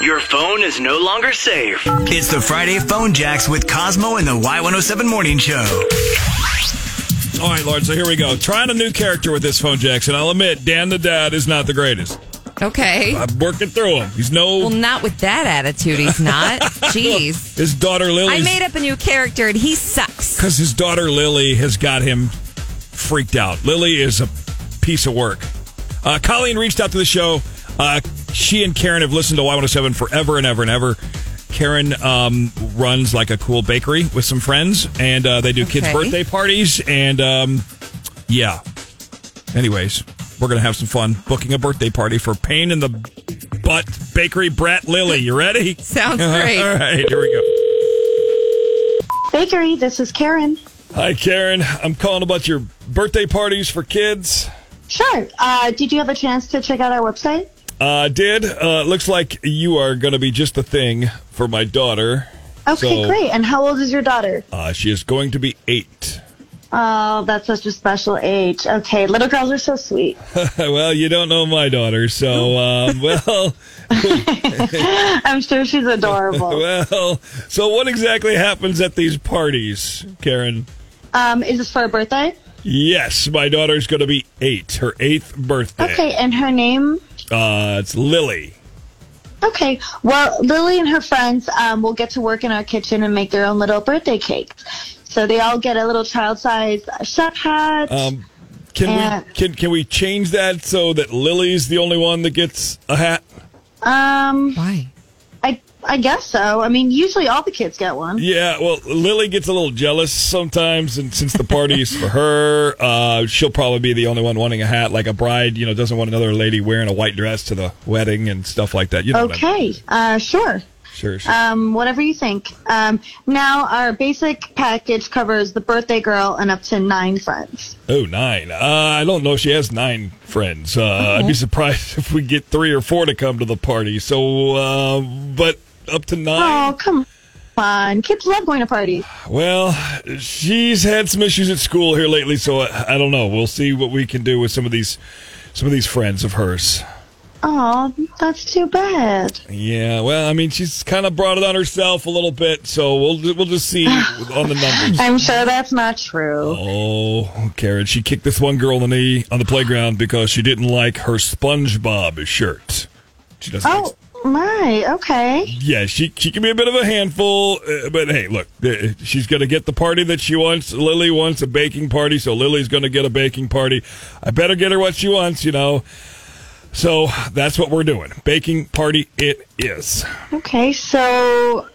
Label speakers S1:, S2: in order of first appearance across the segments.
S1: Your phone is no longer safe.
S2: It's the Friday Phone Jacks with Cosmo and the Y107 Morning Show.
S3: All right, Lord. So here we go. Trying a new character with this phone, Jackson. I'll admit, Dan the Dad is not the greatest.
S4: Okay.
S3: I'm working through him. He's no.
S4: Well, not with that attitude. He's not. Jeez.
S3: his daughter
S4: I
S3: Lily.
S4: made up a new character and he sucks.
S3: because his daughter Lily has got him freaked out. Lily is a piece of work. Uh, Colleen reached out to the show. Uh, she and Karen have listened to Y107 forever and ever and ever. Karen um, runs like a cool bakery with some friends, and uh, they do kids'
S4: Okay.
S3: birthday parties. And um, yeah. Anyways, we're going to have some fun booking a birthday party for Pain in the Butt Bakery Brat Lily. You ready?
S4: Sounds great.
S3: All right, here we go.
S5: Bakery, this is Karen.
S3: Hi, Karen. I'm calling about your birthday parties for kids.
S5: Sure. Uh, did you have a chance to check out our website?
S3: Uh, did uh, looks like you are going to be just the thing for my daughter.
S5: Okay,
S3: So,
S5: great. And how old is your daughter?
S3: Uh, she is going to be eight.
S5: Oh, that's such a special age. Okay, little girls are so sweet.
S3: well, you don't know my daughter, so um, well,
S5: I'm sure she's adorable.
S3: well. So, what exactly happens at these parties, Karen?
S5: Um, is this for a birthday?
S3: Yes, my daughter's going to be eight. Her eighth birthday.
S5: Okay, and her name?
S3: Uh, it's Lily.
S5: Okay. Well, Lily and her friends um, will get to work in our kitchen and make their own little birthday cakes. So they all get a little child-sized chef hat.
S3: Um, can
S5: Yeah.
S3: we can can we change that so that Lily's the only one that gets a hat?
S5: um,
S4: Why?
S5: I I guess so. I mean, usually all the kids get one.
S3: Yeah, well, Lily gets a little jealous sometimes, and since the party's for her, uh, she'll probably be the only one wanting a hat. Like a bride, you know, doesn't want another lady wearing a white dress to the wedding and stuff like that. You know, what I mean.
S5: Okay. Uh, sure.
S3: sure, sure.
S5: Um, whatever you think. Um, now our basic package covers the birthday girl and up to nine friends.
S3: oh, nine. Uh, I don't know. if She has nine friends. Uh, I'd be surprised if we get three or four to come to the party. So, uh, but up to nine.
S5: Oh, come on. Kids love going to parties.
S3: Well, she's had some issues at school here lately, so I, I don't know. We'll see what we can do with some of these, some of these friends of hers.
S5: Oh, that's too bad.
S3: Yeah, well, I mean, she's kind of brought it on herself a little bit, so we'll we'll just see on the numbers.
S5: I'm sure that's not true.
S3: Oh, Karen, she kicked this one girl in the knee on the playground because she didn't like her SpongeBob shirt. She doesn't. like-
S5: Oh, my. Okay.
S3: yeah, she she can be a bit of a handful, uh, but hey, look, uh, she's gonna get the party that she wants. Lily wants a baking party, so Lily's gonna get a baking party. I better get her what she wants, you know. So that's what we're doing. Baking party, it is.
S5: Okay. So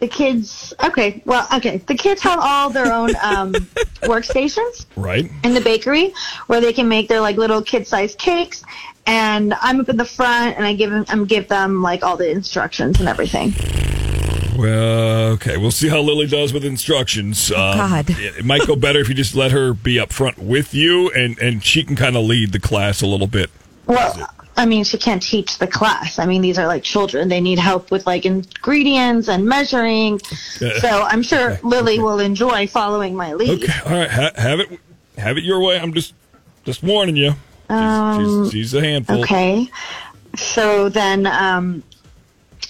S5: the kids. Okay. Well, okay. The kids have all their own um, workstations.
S3: Right.
S5: in the bakery where they can make their like little kid-sized cakes and I'm up in the front and I give them I'm give them like all the instructions and everything.
S3: Well, okay. We'll see how Lily does with instructions.
S5: Oh,
S3: Um,
S4: God.
S3: It, it might go better if you just let her be up front with you, and, and she can kind of lead the class a little bit.
S5: Well, I mean, she can't teach the class. I mean, these are like children. They need help with like ingredients and measuring. So I'm sure Lily will enjoy following my lead.
S3: Okay. All right. Ha- have it have it your way. I'm just just warning you. She's, she's, she's a handful.
S5: Um, Okay. So then, um,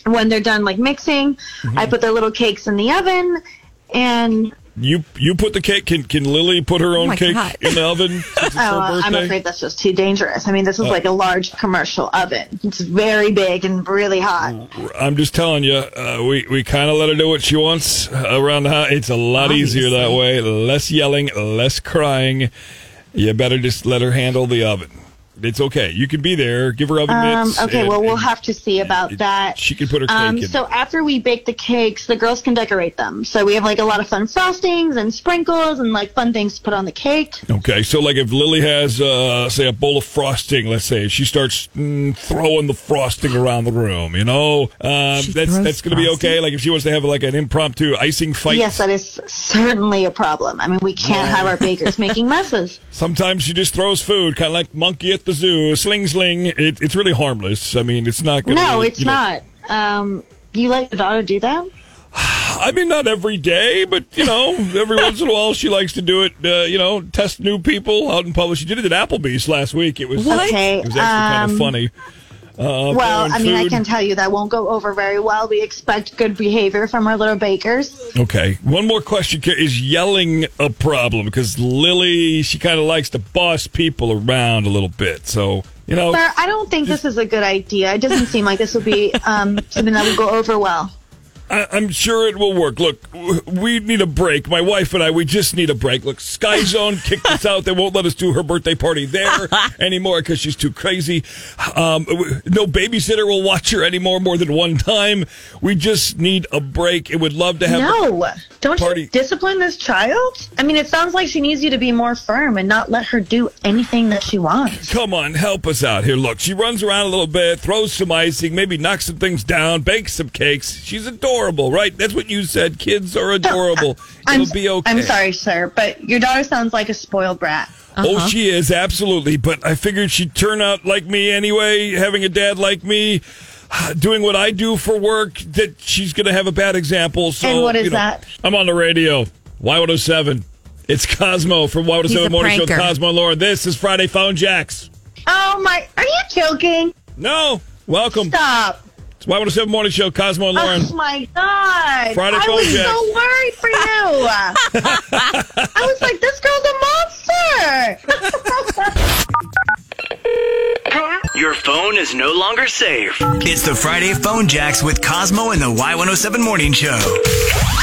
S5: when they're done like mixing, I put their little cakes in the oven and
S3: You you put the cake. Can can Lily put her own
S4: my
S3: cake
S4: God.
S3: in the oven? since it's her
S5: Oh, I'm
S3: birthday? Oh.
S5: afraid that's just too dangerous. I mean, this is like a large commercial oven. It's very big and really hot.
S3: I'm just telling you, uh, we, we kind of let her do what she wants around the house. It's a lot easier that way. Less yelling, less crying. You better just let her handle the oven. It's okay. You can be there. Give her oven
S5: Um,
S3: mitts.
S5: okay,
S3: and-
S5: well, we'll
S3: Oh, and
S5: have to see about
S3: it-
S5: that.
S3: She can put her cake
S5: Um,
S3: in.
S5: so after we bake the cakes, the girls can decorate them. So we have like a lot of fun frostings and sprinkles and like fun things to put on the cake.
S3: okay, so like if Lily has, uh, say, a bowl of frosting, let's say, she starts mm, throwing the frosting around the room, you know, um,
S4: She
S3: that's
S4: throws
S3: that's going to be okay.
S4: frosting?
S3: Like if she wants to have like an impromptu icing fight,
S5: Yes, that is certainly a problem. I mean, we can't have our
S3: Oh.
S5: bakers making messes.
S3: Sometimes she just throws food, kind of like monkey at the zoo, sling sling. It, it's really harmless. I mean, it's not. Gonna
S5: No,
S3: really,
S5: it's
S3: you know-
S5: not. Um, you let your daughter do that?
S3: I mean, not every day, but you know, every once in a while she likes to do it. Uh, you know, test new people out in public. She did it at Applebee's last week. It was
S4: What?
S5: Okay.
S3: it was actually kind
S5: um,
S3: of funny. Uh,
S5: well,
S3: throwing
S5: I mean, I
S3: food.
S5: can tell you that won't go over very well. We expect good behavior from our little bakers.
S3: Okay. One more question. Kara. Is yelling a problem? Because Lily, she kind of likes to boss people around a little bit. So, you know,
S5: Sir, I don't think this is a good idea. It doesn't seem like this would be um, something that would go over well.
S3: I, I'm sure it will work. Look, w- we need a break. My wife and I, we just need a break. Look, Sky Zone kicked us out. They won't let us do her birthday party there anymore because she's too crazy. Um, w- no babysitter will watch her anymore more than one time. We just need a break. It would love to have.
S5: No, don't
S3: Party.
S5: you discipline this child? I mean, it sounds like she needs you to be more firm and not let her do anything that she wants.
S3: Come on, help us out here. Look, she runs around a little bit, throws some icing, maybe knocks some things down, bakes some cakes. She's adorable, right? That's what you said. Kids are adorable.
S5: I'm,
S3: It'll be okay.
S5: I'm sorry, sir, but your daughter sounds like a spoiled brat.
S3: Oh,
S5: Uh-huh.
S3: she is absolutely. But I figured she'd turn out like me anyway, having a dad like me, doing what I do for work. That she's going to have a bad example. So
S5: And what is
S3: you know,
S5: that?
S3: I'm on the radio. Y107. It's Cosmo from
S4: He's
S3: Y107
S4: a
S3: Morning Show.
S4: pranker.
S3: Cosmo and Laura. This is Friday Phone Jacks.
S5: Oh my! Are you joking?
S3: No, welcome.
S5: Stop!
S3: It's Y107 Morning Show. Cosmo and Lauren.
S5: Oh my god!
S3: Friday
S5: I
S3: phone
S5: was
S3: jacks.
S5: so worried for you. I was like, this girl's a monster.
S1: Your phone is no longer safe.
S2: It's the Friday Phone Jacks with Cosmo and the Y107 Morning oh Show.